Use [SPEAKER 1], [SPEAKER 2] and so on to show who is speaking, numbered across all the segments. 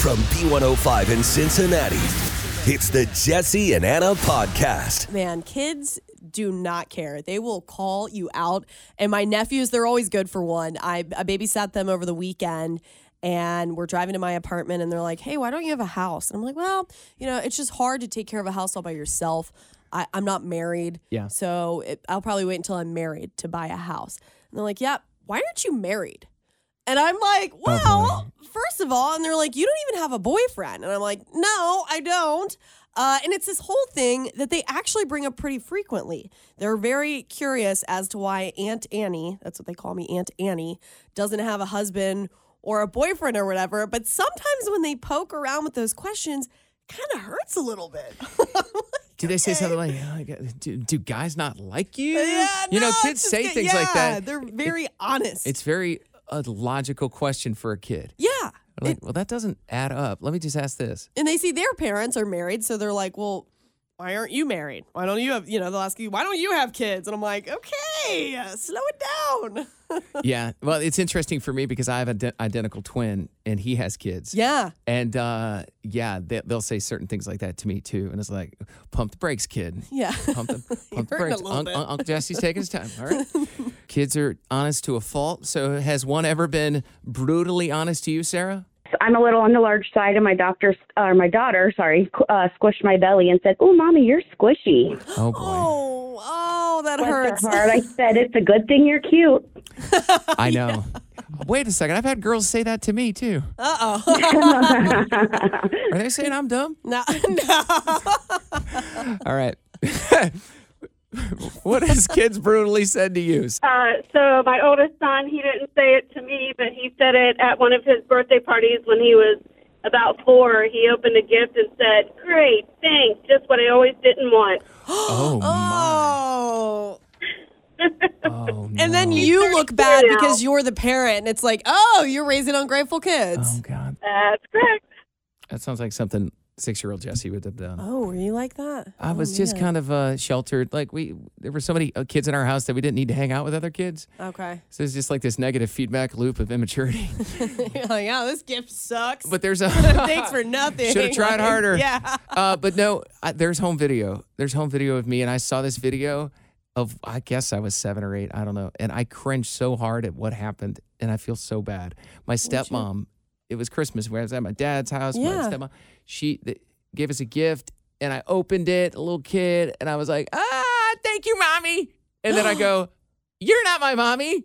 [SPEAKER 1] From B105 in Cincinnati, it's the Jesse and Anna podcast.
[SPEAKER 2] Man, kids do not care. They will call you out. And my nephews, they're always good for one. I, I babysat them over the weekend and we're driving to my apartment and they're like, hey, why don't you have a house? And I'm like, well, you know, it's just hard to take care of a house all by yourself. I, I'm not married.
[SPEAKER 3] Yeah.
[SPEAKER 2] So it, I'll probably wait until I'm married to buy a house. And they're like, yep, why aren't you married? And I'm
[SPEAKER 3] Oh,
[SPEAKER 2] like, well, first of all, and they're like, you don't even have a boyfriend. And I'm like, no, I don't. Uh, and it's this whole thing that they actually bring up pretty frequently. They're very curious as to why Aunt Annie, that's what they call me, Aunt Annie, doesn't have a husband or a boyfriend or whatever. But sometimes when they poke around with those questions, kind of hurts a little bit.
[SPEAKER 3] Do they say something like, "Oh, I got- do, do guys not like you?
[SPEAKER 2] Yeah,
[SPEAKER 3] you know,
[SPEAKER 2] no,
[SPEAKER 3] kids
[SPEAKER 2] it's
[SPEAKER 3] say
[SPEAKER 2] just-
[SPEAKER 3] things like
[SPEAKER 2] yeah,
[SPEAKER 3] that.
[SPEAKER 2] They're very honest.
[SPEAKER 3] It's very a logical question for a kid.
[SPEAKER 2] yeah.
[SPEAKER 3] They're Like, well, that doesn't add up. Let me just ask this.
[SPEAKER 2] and they see their parents are married, so they're like, "Well, why aren't you married? Why don't you have you know?" They'll ask you, "Why don't you have kids?" And I'm like, "Okay, uh, slow it down."
[SPEAKER 3] yeah. Well, it's interesting for me because I have an ident- identical twin and he has kids.
[SPEAKER 2] yeah,
[SPEAKER 3] And uh, yeah, they, they'll say certain things like that to me too. And it's like, pump the brakes, kid.
[SPEAKER 2] yeah,
[SPEAKER 3] Pump the, pump the
[SPEAKER 2] You're hurting a
[SPEAKER 3] brakes.
[SPEAKER 2] little
[SPEAKER 3] Unc-
[SPEAKER 2] bit.
[SPEAKER 3] Unc- Uncle Jesse's taking his time. All right. Kids are honest to a fault. So has one ever been brutally honest to you, Sarah?
[SPEAKER 4] I'm a little on the large side, and my doctor, or my daughter, sorry, qu- uh, squished my belly and said, "Oh, mommy, you're squishy."
[SPEAKER 3] Oh, boy.
[SPEAKER 2] oh, oh, that
[SPEAKER 4] Bless
[SPEAKER 2] hurts.
[SPEAKER 4] her heart. I said, "It's a good thing you're cute."
[SPEAKER 3] I know. Wait a second. I've had girls say that to me too.
[SPEAKER 2] Uh oh,
[SPEAKER 3] Are they saying I'm dumb?
[SPEAKER 2] no, no.
[SPEAKER 3] All right. what has kids brutally said to you?
[SPEAKER 5] Uh, so my oldest son, he didn't say it to me, but he said it at one of his birthday parties when he was about four. He opened a gift and said, "Great, thanks, just what I always didn't want."
[SPEAKER 3] Oh, my.
[SPEAKER 2] Oh.
[SPEAKER 3] Oh, no.
[SPEAKER 2] And then you look bad because you're the parent, and it's like, oh, you're raising ungrateful
[SPEAKER 3] Oh,
[SPEAKER 2] kids.
[SPEAKER 3] God.
[SPEAKER 5] That's correct.
[SPEAKER 3] That sounds like something six year old Jesse would have done.
[SPEAKER 2] Oh, were you like that? Oh,
[SPEAKER 3] I was just kind of uh, sheltered. Like, we, there were so many uh, kids in our house that we didn't need to hang out with other kids.
[SPEAKER 2] Okay.
[SPEAKER 3] So it's just like this negative feedback loop of immaturity.
[SPEAKER 2] You're like, oh, this gift sucks.
[SPEAKER 3] But there's a.
[SPEAKER 2] Thanks for nothing.
[SPEAKER 3] Should have tried harder.
[SPEAKER 2] Yeah.
[SPEAKER 3] uh, but no, I, there's home video. There's home video of me, and I saw this video of I guess I was seven or eight. I don't know, and I cringed so hard at what happened, and I feel so bad. My stepmom. It was Christmas. Where I was at my dad's house.
[SPEAKER 2] Yeah.
[SPEAKER 3] My stepmom. She th- gave us a gift, and I opened it. A little kid, and I was like, Ah, thank you, mommy. And then I go, You're not my mommy.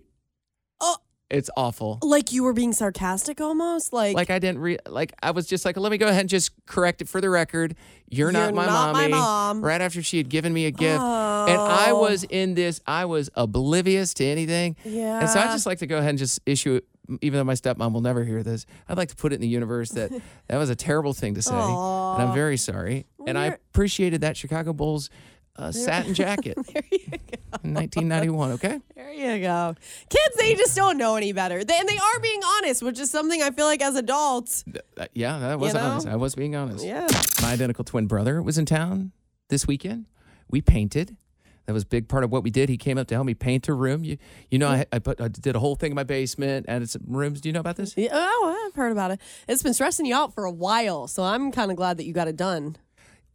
[SPEAKER 2] Oh.
[SPEAKER 3] It's awful.
[SPEAKER 2] like you were being sarcastic almost like,
[SPEAKER 3] Like I didn't re like I was just like let me go ahead and just correct it for the record.
[SPEAKER 2] You're
[SPEAKER 3] You're, not my
[SPEAKER 2] not my
[SPEAKER 3] mommy.
[SPEAKER 2] mom.
[SPEAKER 3] Right after she had given me a gift, and I
[SPEAKER 2] Mm. Oh.
[SPEAKER 3] was in this. I was oblivious to anything.
[SPEAKER 2] yeah
[SPEAKER 3] And so I just like to go ahead and just issue it. Even though my stepmom will never hear this, I'd like to put it in the universe that that was a terrible thing to say, and I'm very sorry. And I
[SPEAKER 2] We're-
[SPEAKER 3] appreciated that Chicago Bulls uh, satin jacket
[SPEAKER 2] there you go
[SPEAKER 3] in 1991. Okay.
[SPEAKER 2] Oh. there you go kids they just don't know any better they, and they are being honest which is something i feel like as adults
[SPEAKER 3] Uh, yeah, that was
[SPEAKER 2] know?
[SPEAKER 3] honest. I was being honest.
[SPEAKER 2] Yeah.
[SPEAKER 3] My identical twin brother was in town this weekend. We painted. That was a big part of what we did. He came up to help me paint a room. You, you know, I, I put, I did a whole thing in my basement, and some rooms. Do you know about this?
[SPEAKER 2] Yeah, oh i've heard about it it's been stressing you out for a while so i'm kind of glad that you got it done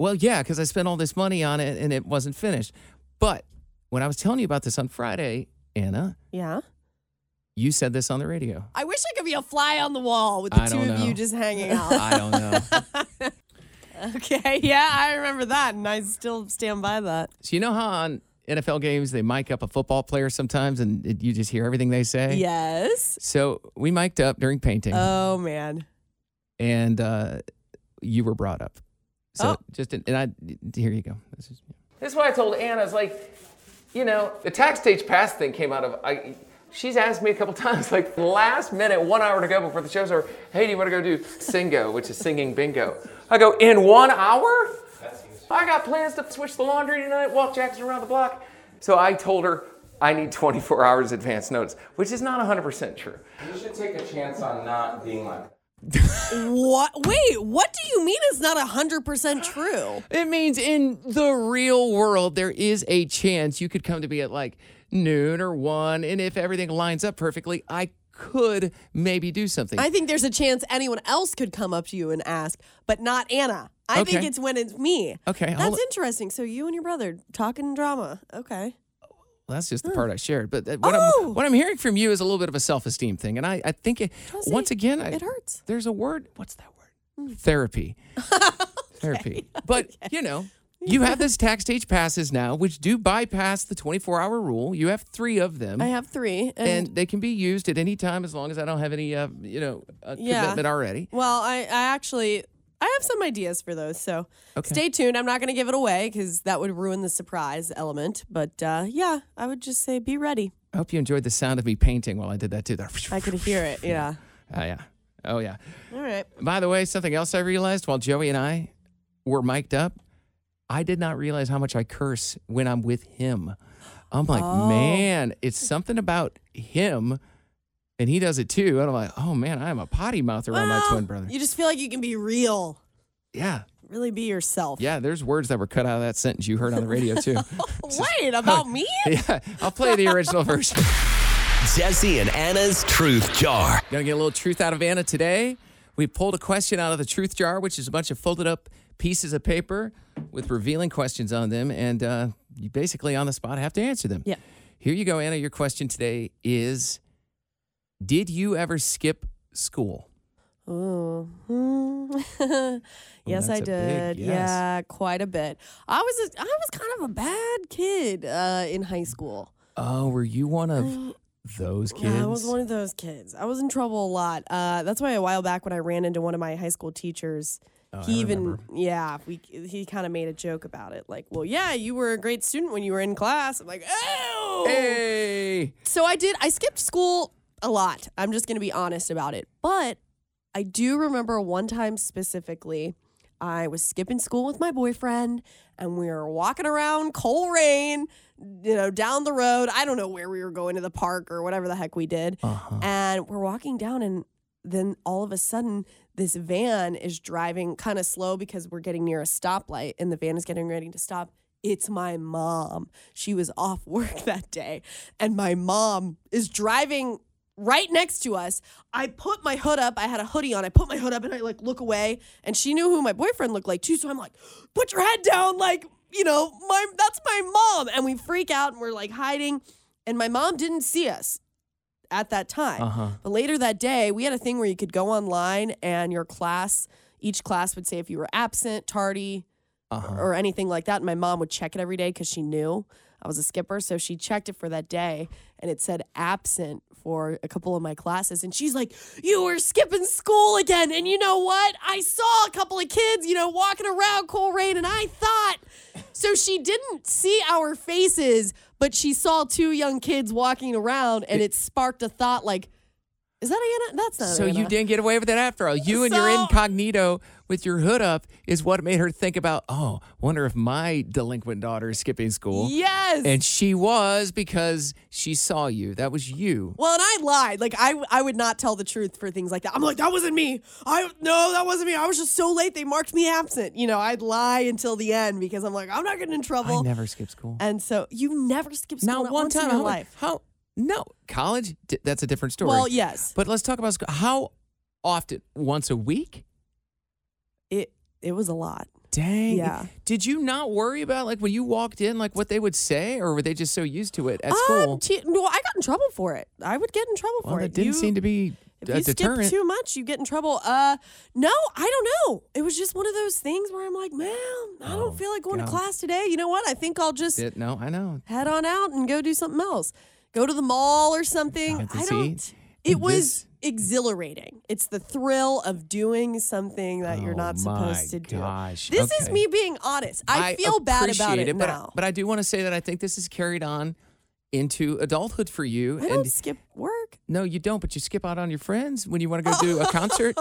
[SPEAKER 3] Well, yeah, because I spent all this money on it and it wasn't finished. But when I was telling you about this on Friday, Anna,
[SPEAKER 2] yeah
[SPEAKER 3] you said this on the radio.
[SPEAKER 2] i wish i could be a fly on the wall with the
[SPEAKER 3] I
[SPEAKER 2] two
[SPEAKER 3] don't
[SPEAKER 2] of you
[SPEAKER 3] know.
[SPEAKER 2] just hanging out
[SPEAKER 3] I don't know.
[SPEAKER 2] okay yeah i remember that and i still stand by that
[SPEAKER 3] so you know how on NFL games they mic up a football player sometimes, and it, you just hear everything they say.
[SPEAKER 2] yes
[SPEAKER 3] So we mic'd up during painting.
[SPEAKER 2] oh man
[SPEAKER 3] and uh, you were brought up. So
[SPEAKER 2] Oh.
[SPEAKER 3] just and I here you go. This is,
[SPEAKER 6] This is why I told Anna, I was like, you know, the tax stage pass thing came out of I, She's asked me a couple times, like last minute, one hour to go before the show's over, hey, do you want to go do Singo, which is singing bingo? I go, in one hour? I got plans to switch the laundry tonight, walk Jackson around the block. So I told her I need 24 hours advance notice, which is not 100% true.
[SPEAKER 7] You should take a chance on not being like
[SPEAKER 2] What? Wait, what do you mean it's not 100% true?
[SPEAKER 3] It means in the real world, there is a chance you could come to me at like noon or one. And if everything lines up perfectly, I could maybe do something.
[SPEAKER 2] I think there's a chance anyone else could come up to you and ask, but not Anna. I think
[SPEAKER 3] Okay.
[SPEAKER 2] it's when it's me.
[SPEAKER 3] Okay, I'll-
[SPEAKER 2] That's interesting. So you and your brother talking drama. Okay.
[SPEAKER 3] That's just the part I shared. But uh, what,
[SPEAKER 2] Oh!
[SPEAKER 3] I'm, what I'm hearing from you is a little bit of a self esteem thing. And I, I think, it, once again, I,
[SPEAKER 2] it hurts. Hmm.
[SPEAKER 3] There's a word. What's that word? Therapy. Therapy. But, you know, you have this tax stage passes now, which do bypass the 24 hour rule. You have three of them.
[SPEAKER 2] I have three. And,
[SPEAKER 3] and they can be used at any time as long as I don't have any, uh, you know, uh,
[SPEAKER 2] Yeah.
[SPEAKER 3] commitment already.
[SPEAKER 2] well, I, I actually. I have some ideas for those, so stay tuned. I'm not going to give it away because that would ruin the surprise element. But uh, yeah, I would just say be ready.
[SPEAKER 3] I hope you enjoyed the sound of me painting while I did that too. There.
[SPEAKER 2] I could hear it. Yeah.
[SPEAKER 3] Oh yeah. Oh yeah.
[SPEAKER 2] All right.
[SPEAKER 3] By the way, something else I realized while Joey and I were mic'd up, I did not realize how much I curse when I'm with him. I'm like,
[SPEAKER 2] Oh.
[SPEAKER 3] man, it's something about him, and he does it too. And I'm like, oh man, I am a potty mouth around my
[SPEAKER 2] Well,
[SPEAKER 3] twin brother.
[SPEAKER 2] You just feel like you can be real,
[SPEAKER 3] yeah.
[SPEAKER 2] really be yourself.
[SPEAKER 3] Yeah, there's words that were cut out of that sentence you heard on the radio too.
[SPEAKER 2] Wait, about me?
[SPEAKER 3] yeah, I'll play the original version.
[SPEAKER 1] Jesse and Anna's Truth Jar.
[SPEAKER 3] Gonna get a little truth out of Anna today. We pulled a question out of the truth jar, which is a bunch of folded up pieces of paper with revealing questions on them, and uh, you basically on the spot have to answer them.
[SPEAKER 2] Yeah.
[SPEAKER 3] Here you go, Anna. Your question today is: Did you ever skip school?
[SPEAKER 2] Oh. mm. yes, I
[SPEAKER 3] Oh, that's a big
[SPEAKER 2] did.
[SPEAKER 3] yes.
[SPEAKER 2] Yeah, quite a bit. I was a, I was kind of a bad kid uh, in high school.
[SPEAKER 3] Oh, were you one of those kids?
[SPEAKER 2] Yeah, I was one of those kids. I was in trouble a lot. Uh, that's why a while back when I ran into one of my high school teachers,
[SPEAKER 3] Oh,
[SPEAKER 2] he even yeah, we he kind of made a joke about it. Like, well, yeah, you were a great student when you were in class. I'm like, oh.
[SPEAKER 3] Hey.
[SPEAKER 2] So I did. I skipped school a lot. I'm just going to be honest about it. But I do remember one time specifically, I was skipping school with my boyfriend and we were walking around Coleraine, you know, down the road. I don't know where we were going to the park or whatever the heck we did.
[SPEAKER 3] Uh-huh.
[SPEAKER 2] And we're walking down and then all of a sudden this van is driving kind of slow because we're getting near a stoplight and the van is getting ready to stop it's my mom she was off work that day and my mom is driving right next to us i put my hood up i had a hoodie on i put my hood up and i like look away and she knew who my boyfriend looked like too so i'm like put your head down like you know my that's my mom and we freak out and we're like hiding and my mom didn't see us at that time.
[SPEAKER 3] Uh-huh.
[SPEAKER 2] But later that day, we had a thing where you could go online and your class, each class would say if you were absent, tardy,
[SPEAKER 3] Uh-huh.
[SPEAKER 2] or anything like that. And my mom would check it every day because she knew I was a skipper. So she checked it for that day and it said absent for a couple of my classes. And she's like, You were skipping school again. And you know what? I saw a couple of kids, you know, walking around Coleraine and I thought. So she didn't see our faces, but she saw two young kids walking around and it sparked a thought like, Is that Anna? That's not
[SPEAKER 3] So
[SPEAKER 2] Anna.
[SPEAKER 3] you didn't get away with it after all. You and your
[SPEAKER 2] So-
[SPEAKER 3] incognito with your hood up is what made her think about. Oh, wonder if my delinquent daughter is skipping school.
[SPEAKER 2] Yes.
[SPEAKER 3] And she was because she saw you. That was you.
[SPEAKER 2] Well, and I lied. Like I, I would not tell the truth for things like that. I'm like, that wasn't me. I no, that wasn't me. I was just so late. They marked me absent. You know, I'd lie until the end because I'm like, I'm not getting in trouble.
[SPEAKER 3] I never skipped school.
[SPEAKER 2] And so you never skip school.
[SPEAKER 3] Not one
[SPEAKER 2] once
[SPEAKER 3] time.
[SPEAKER 2] in
[SPEAKER 3] how,
[SPEAKER 2] your life.
[SPEAKER 3] How? No, college. D- that's a different story.
[SPEAKER 2] Well, yes.
[SPEAKER 3] But let's talk about school. How often? Once a week?
[SPEAKER 2] It it was a lot.
[SPEAKER 3] Dang.
[SPEAKER 2] Yeah.
[SPEAKER 3] Did you not worry about like when you walked in, like what they would say, or were they just so used to it at
[SPEAKER 2] Um,
[SPEAKER 3] school?
[SPEAKER 2] te- no, I got in trouble for it. I would get in trouble
[SPEAKER 3] well,
[SPEAKER 2] for
[SPEAKER 3] that
[SPEAKER 2] it.
[SPEAKER 3] didn't
[SPEAKER 2] You-
[SPEAKER 3] seem to be
[SPEAKER 2] If
[SPEAKER 3] a
[SPEAKER 2] you
[SPEAKER 3] deterrent.
[SPEAKER 2] skip too much, you get in trouble. Uh, no, I don't know. It was just one of those things where I'm like, man, I don't feel like going
[SPEAKER 3] Oh, God.
[SPEAKER 2] to class today. You know what? I think I'll just
[SPEAKER 3] Did- no, I know.
[SPEAKER 2] head on out and go do something else. Go to the mall or something.
[SPEAKER 3] God,
[SPEAKER 2] I
[SPEAKER 3] see?
[SPEAKER 2] don't.
[SPEAKER 3] And
[SPEAKER 2] It was
[SPEAKER 3] this-
[SPEAKER 2] exhilarating. It's the thrill of doing something that you're
[SPEAKER 3] Oh,
[SPEAKER 2] not supposed
[SPEAKER 3] my
[SPEAKER 2] to do.
[SPEAKER 3] gosh.
[SPEAKER 2] This is
[SPEAKER 3] Okay.
[SPEAKER 2] me being honest. I, feel bad about
[SPEAKER 3] appreciate
[SPEAKER 2] it,
[SPEAKER 3] but,
[SPEAKER 2] now.
[SPEAKER 3] But I do want to say that I think this is carried on into adulthood for you.
[SPEAKER 2] I don't
[SPEAKER 3] and
[SPEAKER 2] skip work.
[SPEAKER 3] no, you don't, but you skip out on your friends when you want to go do a concert,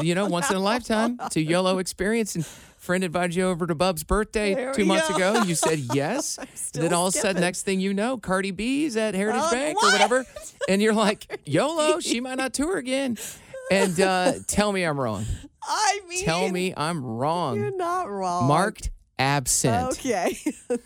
[SPEAKER 3] you know, once in a lifetime. It's a YOLO experience. And friend invited you over to Bub's birthday
[SPEAKER 2] There
[SPEAKER 3] two
[SPEAKER 2] we
[SPEAKER 3] months
[SPEAKER 2] go.
[SPEAKER 3] ago. You said yes.
[SPEAKER 2] still
[SPEAKER 3] then all of a sudden,
[SPEAKER 2] skipping.
[SPEAKER 3] next thing you know, Cardi B's at Heritage
[SPEAKER 2] Oh,
[SPEAKER 3] Bank or
[SPEAKER 2] what?
[SPEAKER 3] whatever. And you're like, YOLO, she might not tour again. And uh, tell me I'm wrong.
[SPEAKER 2] I mean,
[SPEAKER 3] Tell me I'm
[SPEAKER 2] you're
[SPEAKER 3] wrong.
[SPEAKER 2] not wrong.
[SPEAKER 3] Marked absent.
[SPEAKER 2] Okay.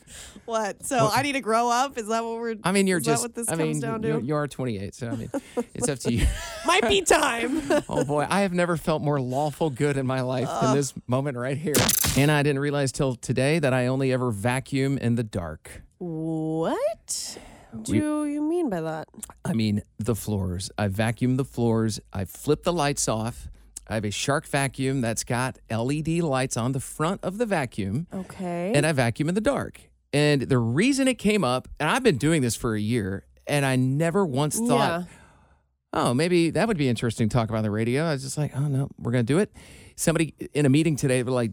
[SPEAKER 2] what? So I need to grow up? Is that what we're?
[SPEAKER 3] I mean, you're
[SPEAKER 2] is
[SPEAKER 3] just.
[SPEAKER 2] That what this
[SPEAKER 3] I
[SPEAKER 2] comes
[SPEAKER 3] mean,
[SPEAKER 2] down
[SPEAKER 3] you're,
[SPEAKER 2] to?
[SPEAKER 3] you are 28, so I mean, it's up to you.
[SPEAKER 2] Might be time.
[SPEAKER 3] Oh boy, I have never felt more lawful good in my life than this moment right here. And I didn't realize till today that I only ever vacuum in the dark.
[SPEAKER 2] what do you mean by that?
[SPEAKER 3] I mean, the floors. I vacuum the floors. I flip the lights off. I have a shark vacuum that's got LED lights on the front of the vacuum.
[SPEAKER 2] Okay.
[SPEAKER 3] and I vacuum in the dark. And the reason it came up, and I've been doing this for a year, and I never once
[SPEAKER 2] Yeah.
[SPEAKER 3] thought, oh, maybe that would be interesting to talk about on the radio. I was just like, oh no, we're gonna do it. Somebody in a meeting today were like,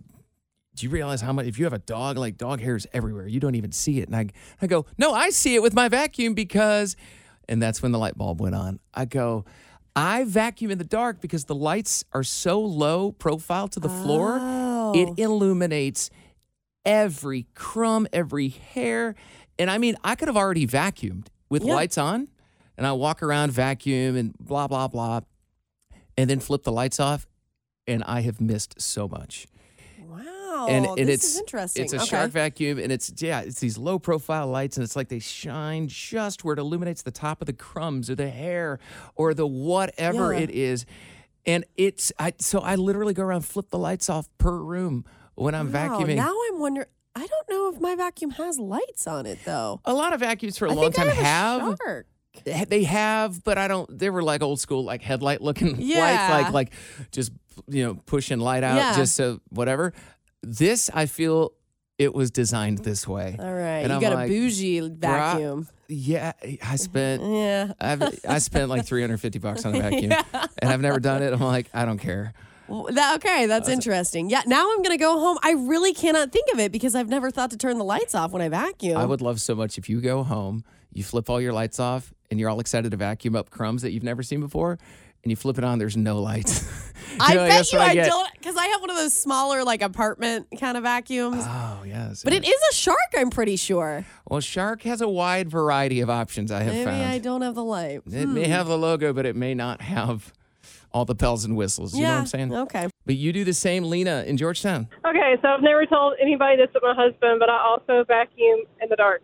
[SPEAKER 3] do you realize how much if you have a dog, like dog hair is everywhere, you don't even see it. And I, I go, no, I see it with my vacuum because, and that's when the light bulb went on. I go. I vacuum in the dark because the lights are so low profile to the floor,
[SPEAKER 2] Oh,
[SPEAKER 3] it illuminates every crumb, every hair. And I mean, I could have already vacuumed with lights on, and I walk around, vacuum, and blah, blah, blah, and then flip the lights off. And I have missed so much.
[SPEAKER 2] wow.
[SPEAKER 3] and and
[SPEAKER 2] Oh, this
[SPEAKER 3] it's
[SPEAKER 2] is interesting.
[SPEAKER 3] It's a
[SPEAKER 2] okay.
[SPEAKER 3] shark vacuum, and it's yeah, it's these low profile lights, and it's like they shine just where it illuminates the top of the crumbs or the hair or the whatever
[SPEAKER 2] Yeah.
[SPEAKER 3] it is. And it's I so I literally go around flip the lights off per room when I'm
[SPEAKER 2] Wow,
[SPEAKER 3] vacuuming.
[SPEAKER 2] Now I'm wondering. I don't know if my vacuum has lights on it though.
[SPEAKER 3] A lot of vacuums for a
[SPEAKER 2] I
[SPEAKER 3] long
[SPEAKER 2] think
[SPEAKER 3] time
[SPEAKER 2] I have,
[SPEAKER 3] have.
[SPEAKER 2] a shark.
[SPEAKER 3] They have, but I don't. They were like old school, like headlight looking
[SPEAKER 2] Yeah.
[SPEAKER 3] lights, like like just you know pushing light out
[SPEAKER 2] Yeah.
[SPEAKER 3] just so whatever. This I feel it was designed this way.
[SPEAKER 2] All right,
[SPEAKER 3] And
[SPEAKER 2] you
[SPEAKER 3] I'm
[SPEAKER 2] got
[SPEAKER 3] like,
[SPEAKER 2] a bougie vacuum.
[SPEAKER 3] Yeah, I spent.
[SPEAKER 2] Yeah.
[SPEAKER 3] I've, I spent like 350 bucks on a vacuum and I've never done it. I'm like, I don't care.
[SPEAKER 2] Well, that, okay, that's interesting. Yeah, now I'm gonna go home. I really cannot think of it because I've never thought to turn the lights off when I vacuum.
[SPEAKER 3] I would love so much if you go home, you flip all your lights off, and you're all excited to vacuum up crumbs that you've never seen before, and you flip it on, there's no lights. You
[SPEAKER 2] I
[SPEAKER 3] know,
[SPEAKER 2] bet
[SPEAKER 3] that's
[SPEAKER 2] you
[SPEAKER 3] what
[SPEAKER 2] I,
[SPEAKER 3] get.
[SPEAKER 2] don't because I have one of those smaller like apartment kind of vacuums.
[SPEAKER 3] Oh, yes.
[SPEAKER 2] but it is a shark, I'm pretty sure.
[SPEAKER 3] Well, Shark has a wide variety of options, I have
[SPEAKER 2] Maybe
[SPEAKER 3] found.
[SPEAKER 2] I don't hmm. have the light.
[SPEAKER 3] It may have the logo, but it may not have all the bells and whistles. You
[SPEAKER 2] yeah.
[SPEAKER 3] know what I'm saying?
[SPEAKER 2] Okay.
[SPEAKER 3] But you do the same, Lena, in Georgetown.
[SPEAKER 5] Okay, so I've never told anybody this but my husband, but I also vacuum in the dark.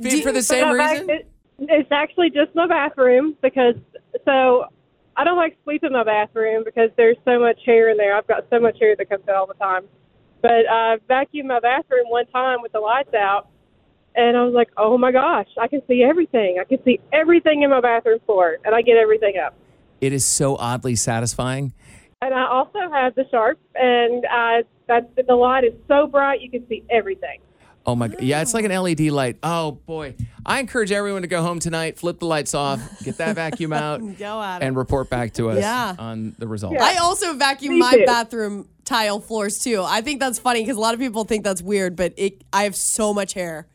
[SPEAKER 3] Be- for the same
[SPEAKER 5] But I vac-
[SPEAKER 3] reason?
[SPEAKER 5] it- it's actually just my bathroom because so I don't like sleep in my bathroom because there's so much hair in there. I've got so much hair that comes out all the time. But I vacuumed my bathroom one time with the lights out, and I was like, "Oh my gosh, I can see everything! I can see everything in my bathroom floor, and I get everything up."
[SPEAKER 3] It is so oddly satisfying.
[SPEAKER 5] And I also have the sharp, and I, that the light is so bright you can see everything.
[SPEAKER 3] Oh my god. Yeah, it's like an LED light. Oh boy. I encourage everyone to go home tonight, flip the lights off, get that vacuum out,
[SPEAKER 2] Go at it.
[SPEAKER 3] and report back to us
[SPEAKER 2] Yeah.
[SPEAKER 3] on the results.
[SPEAKER 2] I also vacuum
[SPEAKER 5] Me
[SPEAKER 2] my
[SPEAKER 5] too.
[SPEAKER 2] bathroom tile floors too. I think that's funny because a lot of people think that's weird, but it I have so much hair.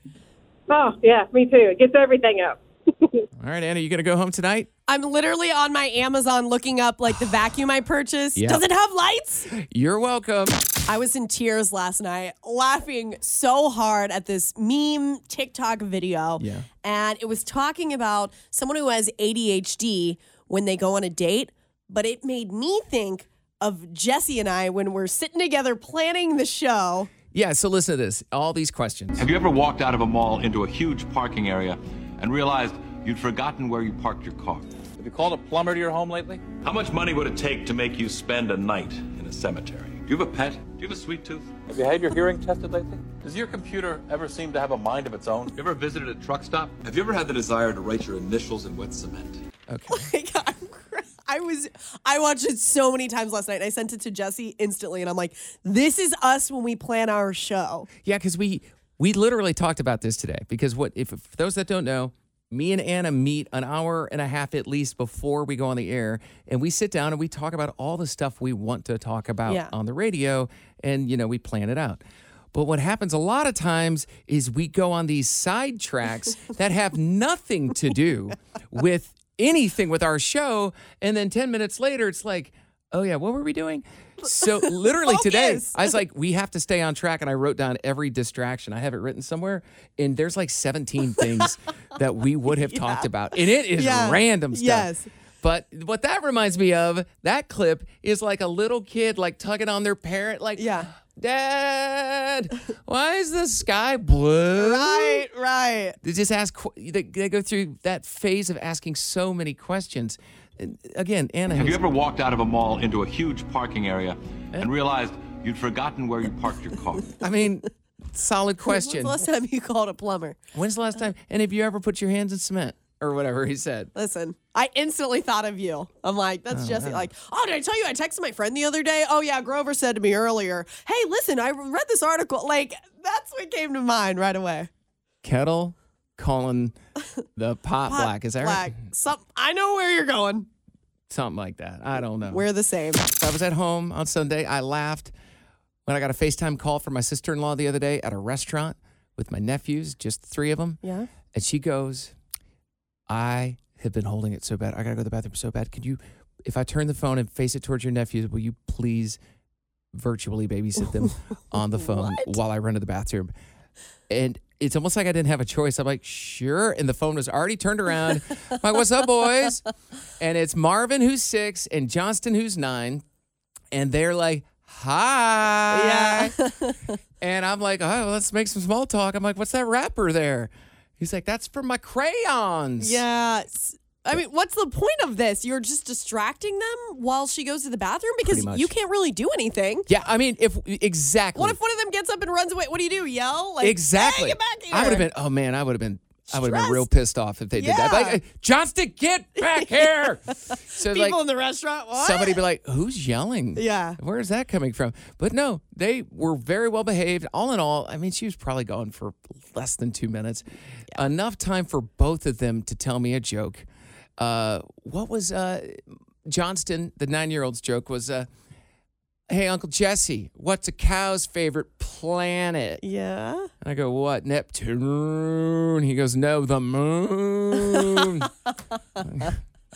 [SPEAKER 5] Oh yeah, me too. It gets everything up.
[SPEAKER 3] All right, Anna, you gonna go home tonight?
[SPEAKER 2] I'm literally on my Amazon looking up like the vacuum I purchased.
[SPEAKER 3] Yeah.
[SPEAKER 2] Does it have lights?
[SPEAKER 3] You're welcome.
[SPEAKER 2] I was in tears last night, laughing so hard at this meme TikTok video.
[SPEAKER 3] Yeah.
[SPEAKER 2] And it was talking about someone who has ADHD when they go on a date, but it made me think of Jesse and I when we're sitting together planning the show.
[SPEAKER 3] Yeah, so listen to this. All these questions.
[SPEAKER 8] Have you ever walked out of a mall into a huge parking area and realized you'd forgotten where you parked your car?
[SPEAKER 7] Have you called a plumber to your home lately?
[SPEAKER 8] How much money would it take to make you spend a night in a cemetery? Do you have a pet? Do you have a sweet tooth?
[SPEAKER 7] Have you had your hearing tested lately? Does your computer ever seem to have a mind of its own?
[SPEAKER 8] You ever visited a truck stop? Have you ever had the desire to write your initials in wet cement?
[SPEAKER 3] Okay.
[SPEAKER 2] Like, I'm cr- I was, I watched it so many times last night and I sent it to Jesse instantly. And I'm like, this is us when we plan our show.
[SPEAKER 3] Yeah, because we we literally talked about this today. Because what if for those that don't know, me and Anna meet an hour and a half at least before we go on the air, and we sit down and we talk about all the stuff we want to talk about
[SPEAKER 2] Yeah.
[SPEAKER 3] on the radio, and you know we plan it out. But what happens a lot of times is we go on these side tracks that have nothing to do with anything with our show. And then 10 minutes later, it's like, oh, yeah, what were we doing? So, literally
[SPEAKER 2] Oh,
[SPEAKER 3] today,
[SPEAKER 2] Focus.
[SPEAKER 3] I was like, we have to stay on track. And I wrote down every distraction. I have it written somewhere. And there's like 17 things that we would have talked about. And it is
[SPEAKER 2] Yeah.
[SPEAKER 3] random stuff.
[SPEAKER 2] Yes.
[SPEAKER 3] But what that reminds me of, that clip is like a little kid like tugging on their parent, like,
[SPEAKER 2] Yeah.
[SPEAKER 3] Dad, why is the sky blue?
[SPEAKER 2] Right, right.
[SPEAKER 3] They just ask, qu- they, they go through that phase of asking so many questions. And again, Anna,
[SPEAKER 8] Have you
[SPEAKER 3] has-
[SPEAKER 8] ever walked out of a mall into a huge parking area and realized you'd forgotten where you parked your car?
[SPEAKER 3] I mean, solid question.
[SPEAKER 2] When's the last time you called a plumber?
[SPEAKER 3] When's the last time? And have you ever put your hands in cement or whatever he said?
[SPEAKER 2] Listen, I instantly thought of you. I'm like, that's Jesse. Like, oh, did I tell you I texted my friend the other day? Oh, yeah, Grover said to me earlier, hey, listen, I read this article. Like, that's what came to mind right away.
[SPEAKER 3] Kettle calling the
[SPEAKER 2] Pot
[SPEAKER 3] pot, black. Is that
[SPEAKER 2] black.
[SPEAKER 3] right?
[SPEAKER 2] Some, I know where you're going.
[SPEAKER 3] Something like that. I don't know.
[SPEAKER 2] We're the same.
[SPEAKER 3] So I was at home on Sunday. I laughed when I got a FaceTime call from my sister in law the other day at a restaurant with my nephews, just three of them.
[SPEAKER 2] Yeah.
[SPEAKER 3] And she goes, I have been holding it so bad. I got to go to the bathroom so bad. Could you, if I turn the phone and face it towards your nephews, will you please virtually babysit them on the phone while I run to the bathroom? And it's almost like I didn't have a choice. I'm like, sure. And the phone was already turned around. I'm like, what's up, boys? And it's Marvin, who's six, and Johnston, who's nine. And they're like, hi.
[SPEAKER 2] Yeah.
[SPEAKER 3] And I'm like, oh, let's make some small talk. I'm like, what's that wrapper there? He's like, that's for my crayons.
[SPEAKER 2] Yeah. s- I mean, what's the point of this? You're just distracting them while she goes to the bathroom because
[SPEAKER 3] Pretty much.
[SPEAKER 2] you can't really do anything.
[SPEAKER 3] Yeah. I mean, if exactly.
[SPEAKER 2] What if one of them gets up and runs away? What do you do? Yell? Like, Hey,
[SPEAKER 3] exactly.
[SPEAKER 2] get back here.
[SPEAKER 3] I would have been, oh man, I would have been. I would have been real
[SPEAKER 2] Stressed.
[SPEAKER 3] pissed off if they did that.
[SPEAKER 2] Yeah.
[SPEAKER 3] Like, "Hey, Johnston, get back here! So
[SPEAKER 2] People in the restaurant. What?
[SPEAKER 3] somebody be like, "Who's yelling?
[SPEAKER 2] Yeah.
[SPEAKER 3] where's that coming from?" But no, they were very well behaved. All in all, I mean, she was probably gone for less than two minutes, enough time for both of them to tell me a joke. Uh, what was uh, Johnston, the nine-year-old's joke was, uh, "Hey, Uncle Jesse, what's a cow's favorite planet?"
[SPEAKER 2] Yeah.
[SPEAKER 3] And I go, "What? Neptune?" He goes, "No, the moon." I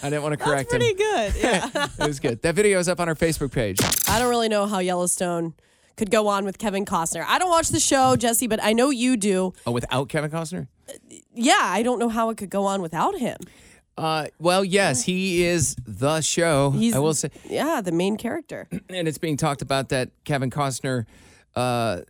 [SPEAKER 3] didn't want to correct him.
[SPEAKER 2] Pretty good. Yeah.
[SPEAKER 3] it was good. That video is up on our Facebook page.
[SPEAKER 2] I don't really know how Yellowstone could go on with Kevin Costner. I don't watch the show, Jesse, but I know you do.
[SPEAKER 3] Oh, without Kevin Costner?
[SPEAKER 2] Yeah, I don't know how it could go on without him.
[SPEAKER 3] Uh, well, yes, he is the show.
[SPEAKER 2] He's-
[SPEAKER 3] I will say,
[SPEAKER 2] Yeah, the main character.
[SPEAKER 3] and it's being talked about that Kevin Costner. Uh,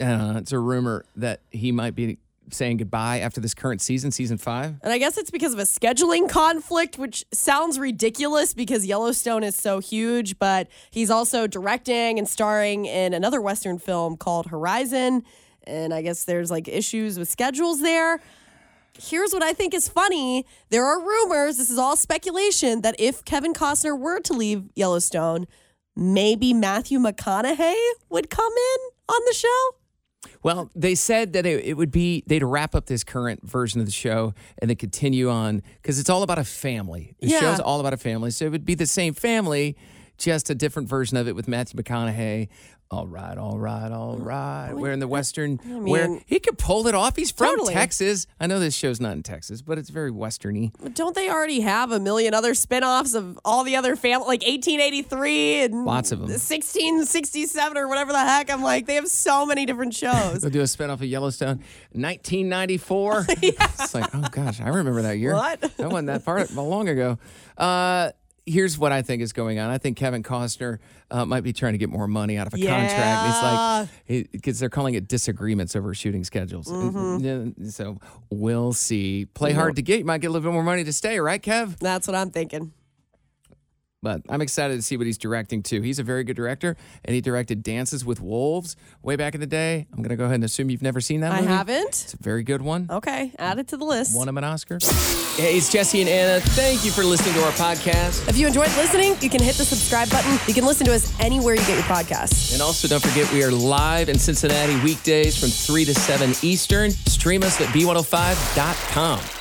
[SPEAKER 3] I don't know, it's a rumor that he might be saying goodbye after this current season, season five.
[SPEAKER 2] And I guess it's because of a scheduling conflict, which sounds ridiculous because Yellowstone is so huge, but he's also directing and starring in another Western film called Horizon. And I guess there's like issues with schedules there. Here's what I think is funny. There are rumors, this is all speculation, that if Kevin Costner were to leave Yellowstone, maybe Matthew McConaughey would come in on the show.
[SPEAKER 3] Well, they said that it, it would be they'd wrap up this current version of the show and then continue on because it's all about a family. The
[SPEAKER 2] Yeah.
[SPEAKER 3] show's all about a family, so it would be the same family, just a different version of it with Matthew McConaughey. All right, all right, all right. We're in the western. where
[SPEAKER 2] mean-
[SPEAKER 3] he could pull it off. He's from
[SPEAKER 2] Totally.
[SPEAKER 3] Texas. I know this show's not in Texas, but it's very westerny.
[SPEAKER 2] But don't they already have a million other spin-offs of all the other family like 1883 and
[SPEAKER 3] Lots of 'em.
[SPEAKER 2] 1667 or whatever the heck i'm like they have so many different shows
[SPEAKER 3] They'll do a spinoff of Yellowstone, 1994. It's like, oh gosh, I remember that year.
[SPEAKER 2] What?
[SPEAKER 3] That wasn't that far long ago. Uh, here's what I think is going on. I think Kevin Costner uh, might be trying to get more money out of a contract. It's like because they're calling it disagreements over shooting schedules.
[SPEAKER 2] Mm-hmm.
[SPEAKER 3] And- and so we'll see. Play hard to get. You might get a little bit more money to stay, right, Kev?
[SPEAKER 2] that's what i'm thinking
[SPEAKER 3] But I'm excited to see what he's directing too. He's a very good director, and he directed Dances with Wolves way back in the day. I'm gonna go ahead and assume you've never seen that.
[SPEAKER 2] i
[SPEAKER 3] movie.
[SPEAKER 2] haven't
[SPEAKER 3] It's a very good one.
[SPEAKER 2] okay add it to the list
[SPEAKER 3] Won him an Oscar. Hey, it's Jesse and Anna. Thank you for listening to our podcast.
[SPEAKER 2] if you enjoyed listening you can hit the subscribe button you can listen to us anywhere you get your podcasts
[SPEAKER 3] And also, don't forget, we are live oh in Cincinnati weekdays from 3 to 7 Eastern. Stream us at b105.com.